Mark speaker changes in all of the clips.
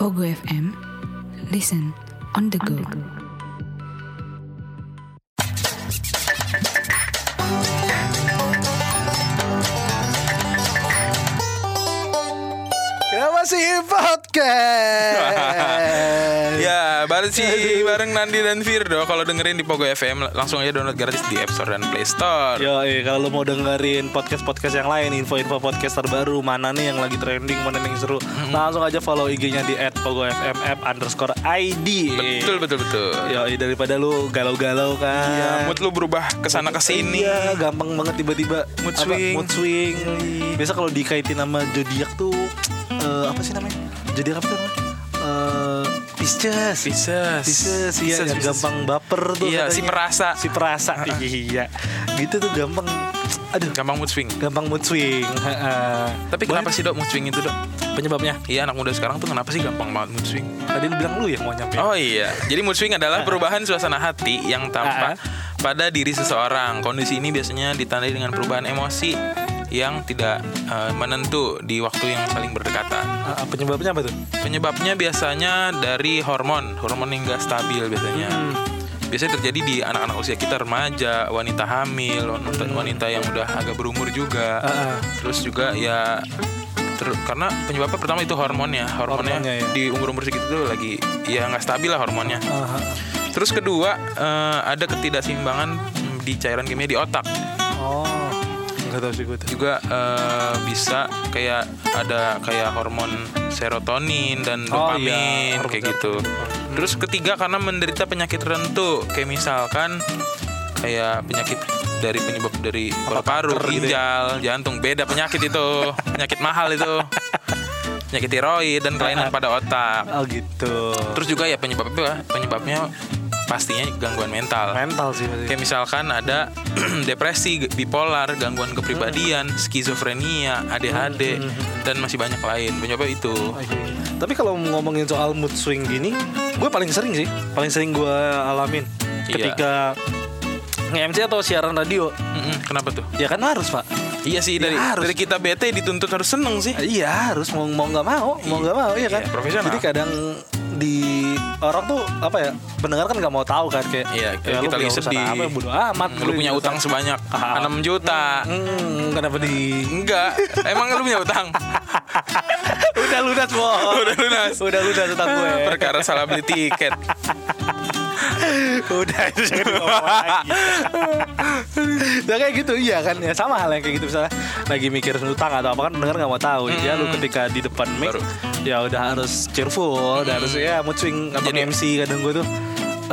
Speaker 1: Ogo FM. Listen on the go.
Speaker 2: Ya,
Speaker 3: Kenapa sih podcast?
Speaker 2: Ya, bareng sih bareng Nandi dan Firdo kalau dengerin di Pogo FM langsung aja download gratis di App Store dan Play Store.
Speaker 3: Yo, kalau lu mau dengerin podcast-podcast yang lain, info-info podcast terbaru, mana nih yang lagi trending, mana nih yang seru,
Speaker 2: Hmm.
Speaker 3: nah, langsung aja follow IG-nya di @pogofmf underscore ID.
Speaker 2: Betul betul betul.
Speaker 3: Yo, daripada lu galau-galau kan.
Speaker 2: Ya, mood lu berubah kesana kesini.
Speaker 3: Iya, gampang banget tiba-tiba
Speaker 2: Mood
Speaker 3: apa,
Speaker 2: swing. Iya,
Speaker 3: Mood swing. Biasa kalau dikaitin sama zodiak tuh eh, apa sih namanya? Zodiak apa tuh namanya? Eh, Pisces.
Speaker 2: Pisces.
Speaker 3: Pisces, iya
Speaker 2: Pisces,
Speaker 3: yang
Speaker 2: Pisces.
Speaker 3: gampang baper tuh.
Speaker 2: Iya,
Speaker 3: katanya.
Speaker 2: si perasa.
Speaker 3: Si perasa. iya. Gitu tuh gampang aduh,
Speaker 2: Gampang mood swing.
Speaker 3: gampang mood swing. Heeh.
Speaker 2: Tapi
Speaker 3: Boleh
Speaker 2: kenapa sih dok mood swing itu dok?
Speaker 3: penyebabnya?
Speaker 2: Iya anak muda sekarang tuh kenapa sih gampang banget mood swing?
Speaker 3: Tadi lu bilang lu ya yang mau nyampe.
Speaker 2: Oh iya, jadi mood swing adalah perubahan suasana hati yang tampak pada diri seseorang. Kondisi ini biasanya ditandai dengan perubahan emosi yang tidak eh, menentu di waktu yang saling berdekatan.
Speaker 3: Eh, penyebabnya apa tuh?
Speaker 2: Penyebabnya biasanya dari hormon, hormon yang nggak stabil biasanya.
Speaker 3: Hmm.
Speaker 2: Biasanya terjadi di anak-anak usia kita remaja, wanita hamil, wanita, wanita yang udah agak berumur juga.
Speaker 3: Ah, ah.
Speaker 2: Terus juga ya ter- karena penyebabnya pertama itu hormonnya, hormonnya,
Speaker 3: Hormonnya, ya.
Speaker 2: di umur-umur segitu tuh lagi ya nggak stabil lah hormonnya.
Speaker 3: Ah, ah.
Speaker 2: Terus kedua eh, ada ketidakseimbangan mm, di cairan kimia di otak
Speaker 3: Oh. Enggak tahu sih gue tuh.
Speaker 2: juga eh, bisa kayak ada kayak hormon serotonin dan
Speaker 3: Oh,
Speaker 2: dopamin
Speaker 3: iya. Hormon
Speaker 2: kayak gitu.
Speaker 3: serotonin.
Speaker 2: Terus ketiga karena menderita penyakit rentu kayak misalkan kayak penyakit dari penyebab dari
Speaker 3: Apa,
Speaker 2: paru,
Speaker 3: kanker gitu
Speaker 2: ginjal, jantung beda penyakit itu penyakit mahal itu penyakit tiroid dan kelainan pada otak.
Speaker 3: Oh gitu.
Speaker 2: Terus juga ya penyebabnya penyebabnya pastinya gangguan mental.
Speaker 3: mental sih berarti.
Speaker 2: Kayak misalkan ada depresi, ge- bipolar, gangguan kepribadian,
Speaker 3: Hmm.
Speaker 2: skizofrenia, ADHD, dan masih banyak lain. Penyebab itu.
Speaker 3: Oke. Oh, iya, Tapi kalau ngomongin soal mood swing gini, gue paling sering sih, paling sering gue alamin
Speaker 2: Iya.
Speaker 3: ketika nge-MC atau siaran radio.
Speaker 2: Mm-mm, Kenapa tuh?
Speaker 3: Ya kan harus pak.
Speaker 2: Iya sih dari
Speaker 3: Ya, harus.
Speaker 2: dari kita bete dituntut harus seneng sih.
Speaker 3: Iya harus mau mau nggak mau, mau
Speaker 2: Iya.
Speaker 3: nggak mau ya kan.
Speaker 2: Iya, profesional.
Speaker 3: Jadi kadang di orang tuh apa ya pendengar kan nggak mau tahu kan kayak
Speaker 2: Iya,
Speaker 3: ya,
Speaker 2: kita
Speaker 3: punya
Speaker 2: lagi
Speaker 3: urusan
Speaker 2: sedih.
Speaker 3: apa, bodo amat
Speaker 2: Lu punya utang sebanyak
Speaker 3: Iya. Ah.
Speaker 2: 6 juta.
Speaker 3: Hmm, kenapa di
Speaker 2: Enggak, emang lu punya utang?
Speaker 3: udah lunas bohong
Speaker 2: Udah lunas.
Speaker 3: udah lunas utang gue
Speaker 2: Perkara salah beli tiket.
Speaker 3: udah itu jangan diomong lagi nah kayak gitu iya kan ya sama hal yang kayak gitu misalnya lagi mikir utang atau apa kan pendengar nggak mau tahu ya lu ketika di depan mic
Speaker 2: Hmm. Baru. Hmm.
Speaker 3: ya udah harus cheerful udah harus ya mood swing apa
Speaker 2: Jadi-
Speaker 3: MC kadang gue tuh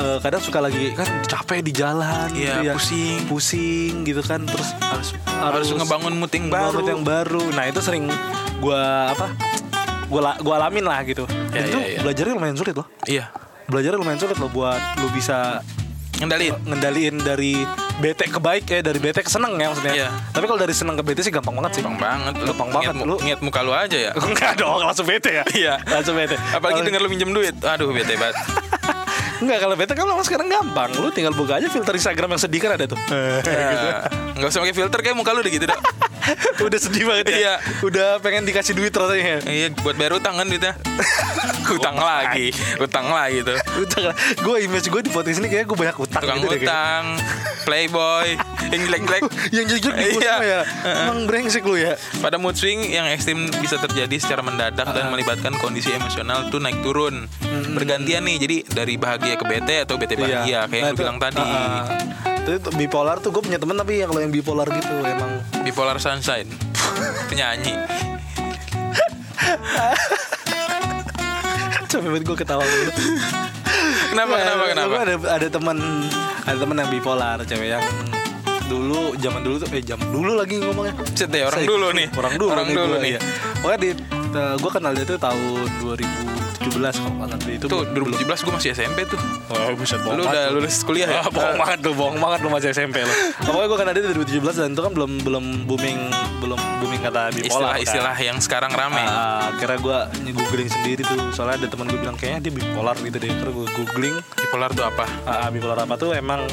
Speaker 3: eh, kadang suka lagi kan capek di jalan
Speaker 2: Iya,
Speaker 3: gitu ya.
Speaker 2: pusing.
Speaker 3: pusing gitu kan terus harus
Speaker 2: Harus ngebangun mood yang
Speaker 3: ngebangun
Speaker 2: baru.
Speaker 3: mood yang baru nah itu sering gua apa gua la- gua alamin lah gitu
Speaker 2: Ya,
Speaker 3: itu
Speaker 2: ya, ya.
Speaker 3: belajarnya lumayan sulit loh
Speaker 2: Iya.
Speaker 3: belajarnya lumayan sulit loh buat lu bisa
Speaker 2: Ngendalin.
Speaker 3: ngendaliin dari bete ke baik eh dari bete ke seneng ya maksudnya.
Speaker 2: Iya.
Speaker 3: Tapi kalau dari seneng ke bete sih gampang banget sih.
Speaker 2: Gampang banget lu.
Speaker 3: Gampang banget
Speaker 2: Ngiat mu-
Speaker 3: lu.
Speaker 2: ngiat muka lu aja ya.
Speaker 3: Enggak dong, langsung bete ya.
Speaker 2: Iya.
Speaker 3: langsung bete.
Speaker 2: Apalagi
Speaker 3: Kalau-
Speaker 2: denger lu minjem duit. Aduh bete banget.
Speaker 3: Enggak kalau bete kan lo sekarang gampang. Lu tinggal buka aja filter Instagram yang sedih kan ada tuh. gitu.
Speaker 2: Ya, nggak usah pakai filter kayak muka lu udah gitu dah.
Speaker 3: Udah sedih banget ya.
Speaker 2: Iya.
Speaker 3: Udah pengen dikasih duit rasanya.
Speaker 2: Iya buat bayar utang kan duitnya. utang
Speaker 3: Oh,
Speaker 2: lagi, utang lagi tuh.
Speaker 3: Utang Gue image gue di podcast ini kayak gue banyak utang
Speaker 2: Tukang
Speaker 3: gitu deh kayaknya.
Speaker 2: utang, playboy, yang jelek-jelek.
Speaker 3: Yang jujur di gua
Speaker 2: Iya.
Speaker 3: semua ya. Emang brengsek lu ya.
Speaker 2: Pada mood swing yang ekstrim bisa terjadi secara mendadak
Speaker 3: Ah.
Speaker 2: dan melibatkan kondisi emosional tuh naik turun.
Speaker 3: Hmm.
Speaker 2: Bergantian nih, jadi dari bahagia ke bete atau bete bahagia Iya, kayak yang
Speaker 3: Nah,
Speaker 2: lu
Speaker 3: itu-
Speaker 2: bilang tadi.
Speaker 3: Ah, ah. Itu itu bipolar tuh gue punya temen tapi yang kalau yang bipolar gitu emang
Speaker 2: Bipolar sunshine, penyanyi.
Speaker 3: Coba banget gue ketawa dulu.
Speaker 2: Kenapa, kenapa, kenapa?
Speaker 3: Gue Iya, ada ada teman ada teman yang bipolar cewek yang dulu zaman dulu tuh eh jam dulu lagi ngomongnya.
Speaker 2: Cet deh, orang
Speaker 3: Saya-
Speaker 2: dulu nih.
Speaker 3: Orang dulu
Speaker 2: Orang dulu
Speaker 3: gua,
Speaker 2: nih.
Speaker 3: iya. Pokoknya di gue kenal dia tuh tahun 2017 kalau nggak salah itu.
Speaker 2: Tuh 2017 gue masih SMP tuh.
Speaker 3: Oh, buset bohong
Speaker 2: Lu
Speaker 3: banget
Speaker 2: udah lulus kuliah ya?
Speaker 3: Ah, bohong banget lu, bohong banget lu masih SMP lu. Pokoknya gue kenal dia dari 2017 dan itu kan belum belum booming belum booming kata bipolar. kan.
Speaker 2: Istilah-istilah yang sekarang rame.
Speaker 3: Ah, akhirnya gue googling sendiri tuh soalnya ada teman gue bilang kayaknya dia bipolar gitu deh terus gue googling
Speaker 2: Bipolar tuh apa?
Speaker 3: ah, ah, bipolar apa tuh emang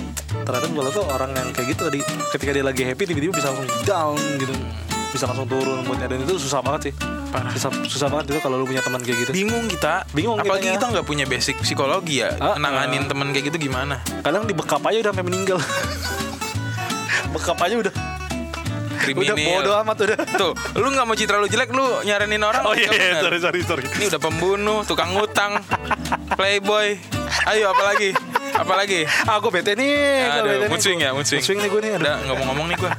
Speaker 3: ternyata bipolar tuh orang yang kayak gitu tadi ketika dia lagi happy tiba-tiba bisa langsung down gitu bisa langsung turun moodnya dan itu susah banget sih
Speaker 2: Parah.
Speaker 3: susah susah banget juga kalau lu punya teman kayak gitu
Speaker 2: bingung kita
Speaker 3: Bingung
Speaker 2: apalagi
Speaker 3: kitanya.
Speaker 2: kita nggak punya basic psikologi ya
Speaker 3: Ah,
Speaker 2: nanganin temen kayak gitu gimana
Speaker 3: kadang dibekap aja udah sampai meninggal bekap aja udah udah
Speaker 2: kriminal
Speaker 3: bodo amat udah
Speaker 2: tuh lu nggak mau citra lu jelek lu nyaranin orang
Speaker 3: oh iya
Speaker 2: nggak
Speaker 3: iya,
Speaker 2: benar.
Speaker 3: sorry sorry sorry
Speaker 2: ini udah pembunuh tukang ngutang playboy ayo apalagi apalagi
Speaker 3: aku bete nih Ah, Eh, gua bete
Speaker 2: Aduh,
Speaker 3: nih.
Speaker 2: mood swing ya, mood swing.
Speaker 3: Mood swing nih gue nih aduh.
Speaker 2: Udah ngomong-ngomong nih gua.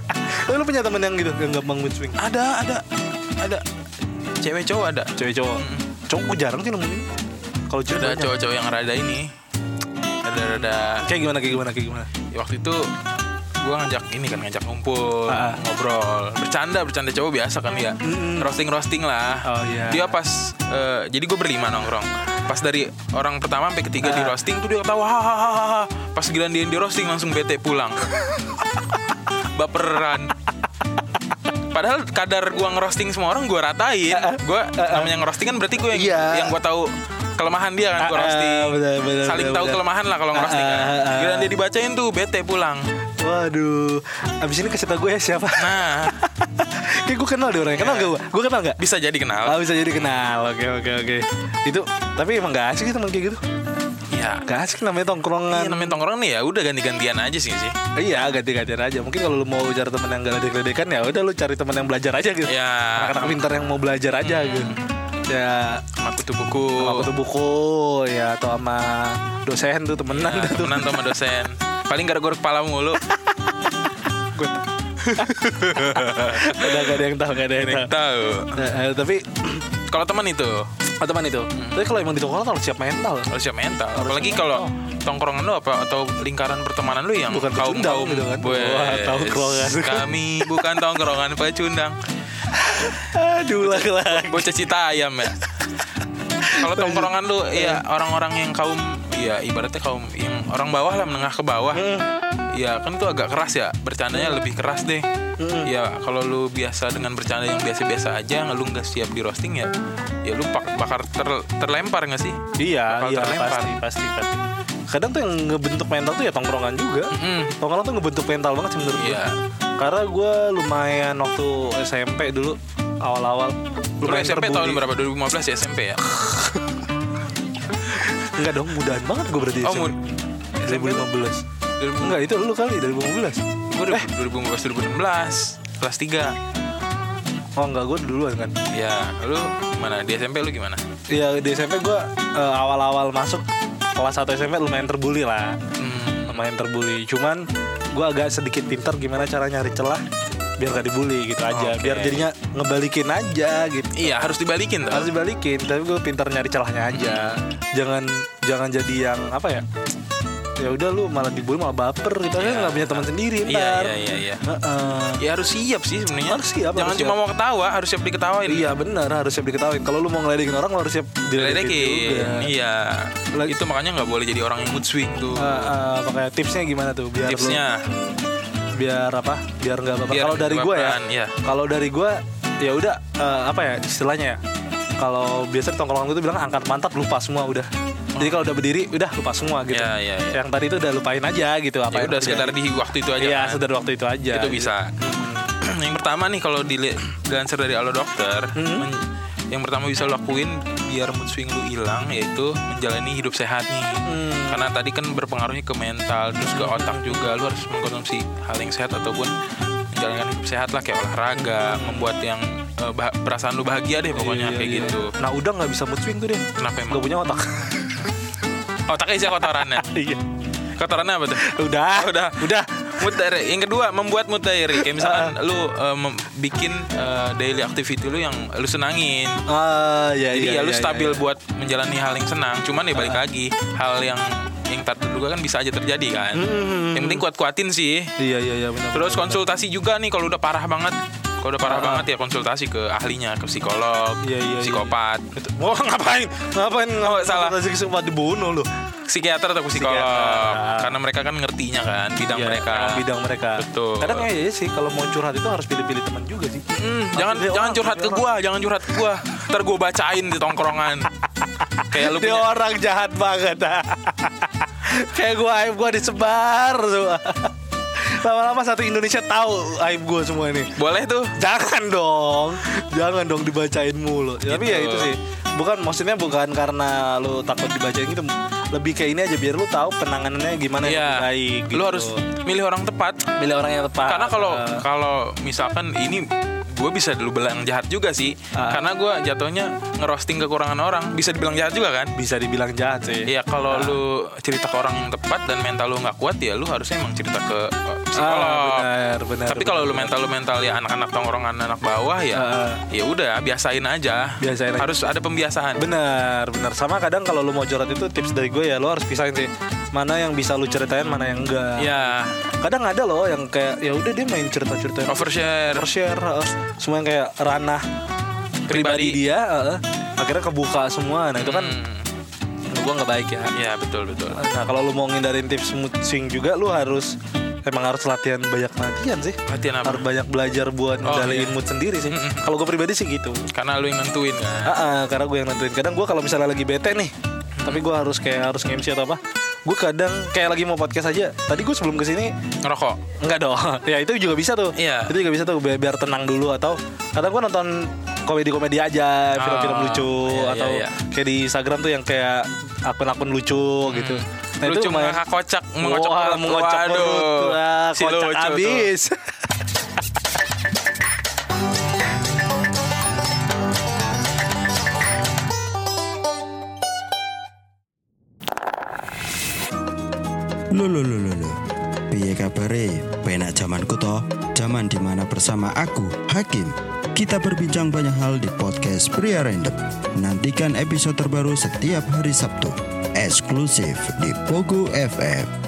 Speaker 3: lu punya temen yang gitu yang gampang mood swing
Speaker 2: Ada, ada, ada. Cewek cowok ada.
Speaker 3: cewek cowok
Speaker 2: Mm.
Speaker 3: cowok gue jarang sih nemuin kalau cewek
Speaker 2: Ada
Speaker 3: banyak.
Speaker 2: cowok-cowok yang rada ini. Rada-rada
Speaker 3: kayak gimana kayak gimana kayak gimana
Speaker 2: Ya, waktu itu gue ngajak ini kan ngajak ngumpul
Speaker 3: Ah, ah.
Speaker 2: ngobrol bercanda bercanda cowok biasa kan ya
Speaker 3: Mm-mm.
Speaker 2: roasting roasting lah
Speaker 3: Oh, iya.
Speaker 2: dia pas eh, jadi gue berlima nongkrong pas dari orang pertama sampai ketiga di
Speaker 3: Ah.
Speaker 2: roasting tuh dia ketawa hahaha pas giliran dia di roasting langsung bete pulang baperan padahal kadar gue ngerosting semua orang gue ratain
Speaker 3: Ah,
Speaker 2: gue namanya ngerosting kan berarti gue yang
Speaker 3: Iya.
Speaker 2: yang gue tahu kelemahan dia kan
Speaker 3: Ah,
Speaker 2: gue
Speaker 3: ah,
Speaker 2: roasting
Speaker 3: benar, benar,
Speaker 2: saling
Speaker 3: benar,
Speaker 2: tahu
Speaker 3: benar.
Speaker 2: kelemahan lah kalau
Speaker 3: Ah,
Speaker 2: ngerosting kan
Speaker 3: ah, ah, ah.
Speaker 2: giliran dia dibacain tuh bete pulang
Speaker 3: waduh abis ini kasih tau gue ya siapa
Speaker 2: Nah,
Speaker 3: kayak gue kenal deh orangnya kenal gak gue gue Iya. kenal gak
Speaker 2: bisa jadi kenal.
Speaker 3: Ah bisa jadi kenal, oke oke oke. Itu tapi emang gak asik sih teman kayak gitu.
Speaker 2: Ya,
Speaker 3: Gak asik namanya
Speaker 2: iya,
Speaker 3: tongkrongan.
Speaker 2: namanya tongkrong nih ya udah ganti-gantian aja sih sih.
Speaker 3: Iya ganti-gantian aja Mungkin kalau lu mau cari temen yang gak ledek-ledekan Ya udah lu cari temen yang belajar aja gitu
Speaker 2: Ya.
Speaker 3: Anak-anak pintar yang mau belajar aja gitu Ya
Speaker 2: Sama kutu buku.
Speaker 3: sama kutu buku Ya atau sama dosen tuh temenan
Speaker 2: Nah,
Speaker 3: tuh
Speaker 2: temenan tuh sama dosen. Paling gara-gara kepala mulu.
Speaker 3: Udah gak ada yang tahu Gak ada yang tahu
Speaker 2: Tahu.
Speaker 3: Nah, eh, Tapi
Speaker 2: Kalau teman itu
Speaker 3: oh, teman itu Tapi kalau emang di tongkrongan harus siap mental
Speaker 2: harus siap mental.
Speaker 3: Harus
Speaker 2: Apalagi
Speaker 3: siap
Speaker 2: kalau
Speaker 3: mental.
Speaker 2: tongkrongan lu apa atau lingkaran pertemanan lu yang
Speaker 3: Bukan
Speaker 2: kaum
Speaker 3: pecundang
Speaker 2: kaum
Speaker 3: gitu kan.
Speaker 2: Wes,
Speaker 3: Wah, tongkrongan.
Speaker 2: kami bukan tongkrongan pecundang
Speaker 3: Aduh lah lah
Speaker 2: bocah cita ayam ya kalau tongkrongan lu ya orang-orang yang kaum ya ibaratnya kaum yang orang bawah lah menengah ke bawah ya kan tuh agak keras ya bercandanya lebih keras deh ya kalau lu biasa dengan bercanda yang biasa-biasa aja lu nggak siap di roasting ya ya lu pak- bakar ter- terlempar nggak sih
Speaker 3: Iya
Speaker 2: Bakal
Speaker 3: iya
Speaker 2: terlempar.
Speaker 3: pasti, pasti
Speaker 2: kan.
Speaker 3: pasti Kadang tuh yang ngebentuk mental tuh ya tongkrongan juga
Speaker 2: Mm-mm.
Speaker 3: Tongkrongan tuh ngebentuk mental banget sih menurut gue
Speaker 2: Iya.
Speaker 3: Karena gue lumayan waktu SMP dulu Awal-awal
Speaker 2: lu
Speaker 3: lumayan
Speaker 2: SMP
Speaker 3: terbully.
Speaker 2: tahun berapa 2015 ya SMP ya
Speaker 3: Enggak dong, mudahan banget gue berarti
Speaker 2: oh
Speaker 3: SMP.
Speaker 2: mun
Speaker 3: 2015
Speaker 2: 2000
Speaker 3: Enggak, itu lu kali, 2015
Speaker 2: gua 2015 2016 kelas 3
Speaker 3: Oh enggak, gue duluan kan
Speaker 2: ya lu gimana di SMP lu gimana
Speaker 3: Iya, di SMP gue eh, awal-awal masuk Kelas 1 SMP lumayan terbully lah
Speaker 2: Hmm.
Speaker 3: Lumayan terbully Cuman gue agak sedikit pintar gimana cara nyari celah Biar gak dibully gitu aja
Speaker 2: Oke.
Speaker 3: Biar jadinya ngebalikin aja gitu
Speaker 2: Iya harus dibalikin tuh.
Speaker 3: harus dibalikin tapi gue pintar nyari celahnya aja
Speaker 2: Hmm.
Speaker 3: jangan jangan jadi yang apa ya ya udah lu malah dibully malah baper gitu kan
Speaker 2: Iya.
Speaker 3: nggak punya teman sendiri
Speaker 2: Iya
Speaker 3: ntar
Speaker 2: iya iya. iya.
Speaker 3: Heeh.
Speaker 2: Ya harus siap sih sebenarnya.
Speaker 3: Harus siap,
Speaker 2: Jangan
Speaker 3: harus
Speaker 2: cuma
Speaker 3: siap.
Speaker 2: mau ketawa, harus siap diketawain.
Speaker 3: Iya benar harus siap diketahui. Kalau lu mau ngeledekin orang lu harus siap diledekin gitu juga.
Speaker 2: Diledekin. Iya.
Speaker 3: Lagi-
Speaker 2: Itu makanya nggak boleh jadi orang yang mood swing tuh.
Speaker 3: Eh, eh, makanya tipsnya gimana tuh biar lu-
Speaker 2: Tipsnya.
Speaker 3: biar apa biar nggak baper.
Speaker 2: Biar
Speaker 3: Kalau dari gue ya,
Speaker 2: baperan, iya.
Speaker 3: kalau dari gue ya udah eh, apa ya istilahnya ya. Kalau biasa di tongkrongan gue tuh bilang angkat mantap lupa semua udah. Jadi kalau udah berdiri udah lupa semua gitu.
Speaker 2: Iya iya. iya.
Speaker 3: Yang tadi itu udah lupain aja gitu apa
Speaker 2: Ya
Speaker 3: yang
Speaker 2: udah
Speaker 3: terjadi.
Speaker 2: sekedar di waktu itu aja.
Speaker 3: Iya
Speaker 2: kan.
Speaker 3: sekedar waktu itu aja. gitu.
Speaker 2: Itu bisa. yang pertama nih kalau di dancer dari Alo Dokter,
Speaker 3: Hmm.
Speaker 2: men- yang pertama bisa lo lakuin biar mood swing lu hilang yaitu menjalani hidup sehat nih.
Speaker 3: Hmm.
Speaker 2: Karena tadi kan berpengaruhnya ke mental terus ke otak juga. Lu harus mengkonsumsi hal yang sehat ataupun menjalankan hidup sehat lah kayak olahraga, membuat yang eh, bah- perasaan lu bahagia deh pokoknya
Speaker 3: Iya,
Speaker 2: kayak
Speaker 3: iya.
Speaker 2: gitu.
Speaker 3: Nah udah nggak bisa mood swing tuh deh.
Speaker 2: Kenapa emang?
Speaker 3: Gak punya otak.
Speaker 2: Otaknya isi kotorannya.
Speaker 3: Iya.
Speaker 2: kotorannya apa tuh?
Speaker 3: udah.
Speaker 2: Oh, udah.
Speaker 3: Udah.
Speaker 2: Mood diary. Yang kedua membuat mood diary. Kayak misalkan
Speaker 3: Ah.
Speaker 2: lu eh, mem- bikin eh, daily activity lu yang lu senangin.
Speaker 3: Ah ya
Speaker 2: Jadi
Speaker 3: iya,
Speaker 2: ya lu
Speaker 3: iya,
Speaker 2: stabil
Speaker 3: iya. Ah.
Speaker 2: buat menjalani hal yang senang. Cuman ya balik lagi hal yang yang tak terduga kan bisa aja terjadi kan.
Speaker 3: Hmm.
Speaker 2: Yang penting kuat-kuatin sih.
Speaker 3: Iya iya iya benar.
Speaker 2: Terus konsultasi juga nih kalau udah parah banget. Kalau udah parah banget ya konsultasi ke ahlinya, ke psikolog,
Speaker 3: Ah. Iya, iya, Oh, iya.
Speaker 2: psikopat,
Speaker 3: Wah ngapain? Ngapain?
Speaker 2: Oh, salah.
Speaker 3: Konsultasi kesempat dibunuh lu.
Speaker 2: psikiater atau psikolog.
Speaker 3: Psikiater.
Speaker 2: Karena mereka kan ngertinya kan bidang
Speaker 3: Iya,
Speaker 2: mereka.
Speaker 3: emang Bidang mereka.
Speaker 2: Betul.
Speaker 3: Kadang ya, ya sih kalau mau curhat itu harus pilih-pilih teman juga sih.
Speaker 2: Mm, jangan
Speaker 3: Maksudnya
Speaker 2: jangan
Speaker 3: orang,
Speaker 2: curhat ke
Speaker 3: maksudnya
Speaker 2: gua, jangan curhat ke gua. Ntar gua bacain di tongkrongan. Kayak lu
Speaker 3: Dia
Speaker 2: punya
Speaker 3: orang jahat banget. Kayak gua aib gua disebar semua. Lama-lama satu Indonesia tahu aib gue semua ini.
Speaker 2: Boleh tuh.
Speaker 3: Jangan dong, jangan dong dibacain mulu. Tapi ya
Speaker 2: Gitu.
Speaker 3: itu sih, bukan maksudnya bukan karena lu takut dibacain gitu. Lebih kayak ini aja biar lu tahu penanganannya gimana yang
Speaker 2: Iya.
Speaker 3: lebih baik.
Speaker 2: Lu
Speaker 3: gitu.
Speaker 2: harus milih orang tepat.
Speaker 3: milih orang yang tepat.
Speaker 2: Karena kalau
Speaker 3: Eh,
Speaker 2: kalau misalkan ini gue bisa dulu bilang jahat juga sih.
Speaker 3: Ah.
Speaker 2: Karena gue jatuhnya ngerosting kekurangan orang bisa dibilang jahat juga kan?
Speaker 3: bisa dibilang jahat sih.
Speaker 2: Iya kalau lu cerita ke orang yang tepat dan mental lu nggak kuat ya lu harusnya emang cerita ke uh, psikolog.
Speaker 3: Ah, benar, benar,
Speaker 2: Tapi
Speaker 3: benar,
Speaker 2: kalau lu
Speaker 3: benar.
Speaker 2: mental lu mental ya anak-anak tongkrongan anak bawah ya
Speaker 3: Ah.
Speaker 2: ya udah biasain aja.
Speaker 3: Biasain aja.
Speaker 2: Harus ada pembiasaan.
Speaker 3: Benar, benar. Sama kadang kalau lu mau jorot itu tips dari gue ya, lu harus pisahin sih mana yang bisa lu ceritain, mana yang enggak.
Speaker 2: Ya
Speaker 3: Kadang ada loh yang kayak ya udah dia main cerita-cerita yang
Speaker 2: overshare.
Speaker 3: overshare, eh, semua yang kayak ranah pribadi,
Speaker 2: Pribadi.
Speaker 3: dia, eh, eh, akhirnya kebuka semua. Nah, itu kan
Speaker 2: Hmm,
Speaker 3: menurut gue nggak baik ya.
Speaker 2: ya betul betul.
Speaker 3: Nah, kalau lu mau ngindarin tips smoothing juga lu harus emang harus latihan banyak latihan sih.
Speaker 2: Latihan apa?
Speaker 3: Harus banyak belajar buat
Speaker 2: Oh,
Speaker 3: ngendaliin
Speaker 2: iya.
Speaker 3: mood sendiri sih. Kalau gue pribadi sih gitu.
Speaker 2: Karena lu yang nentuin kan.
Speaker 3: Ah, ah, karena gue yang nentuin. Kadang gue kalau misalnya lagi bete nih, tapi gue harus kayak harus nge-MC atau apa. Gue kadang kayak lagi mau podcast aja. Tadi gue sebelum kesini
Speaker 2: Ngerokok.
Speaker 3: enggak dong. ya itu juga bisa tuh.
Speaker 2: Iya.
Speaker 3: Itu juga bisa tuh biar, biar tenang dulu atau kadang gue nonton komedi-komedi aja, film-film
Speaker 2: Ah,
Speaker 3: lucu
Speaker 2: iya, iya,
Speaker 3: atau
Speaker 2: iya.
Speaker 3: kayak di Instagram tuh yang kayak akun-akun lucu gitu. Nah,
Speaker 2: Hmm. lucu
Speaker 3: lumayan-
Speaker 2: mengakak kocak
Speaker 3: mengocok
Speaker 2: mengocok perut.
Speaker 3: mengocok
Speaker 2: Waduh,
Speaker 3: perut. Wah,
Speaker 2: si
Speaker 3: kocak
Speaker 2: lucu tuh.
Speaker 3: abis.
Speaker 4: Lho lho lho lho lho. Piye kabare? Penak zamanku toh. Zaman dimana bersama aku, Hakim. Kita berbincang banyak hal di podcast Pria Random. Nantikan episode terbaru setiap hari Sabtu. Eksklusif di Pogo FM.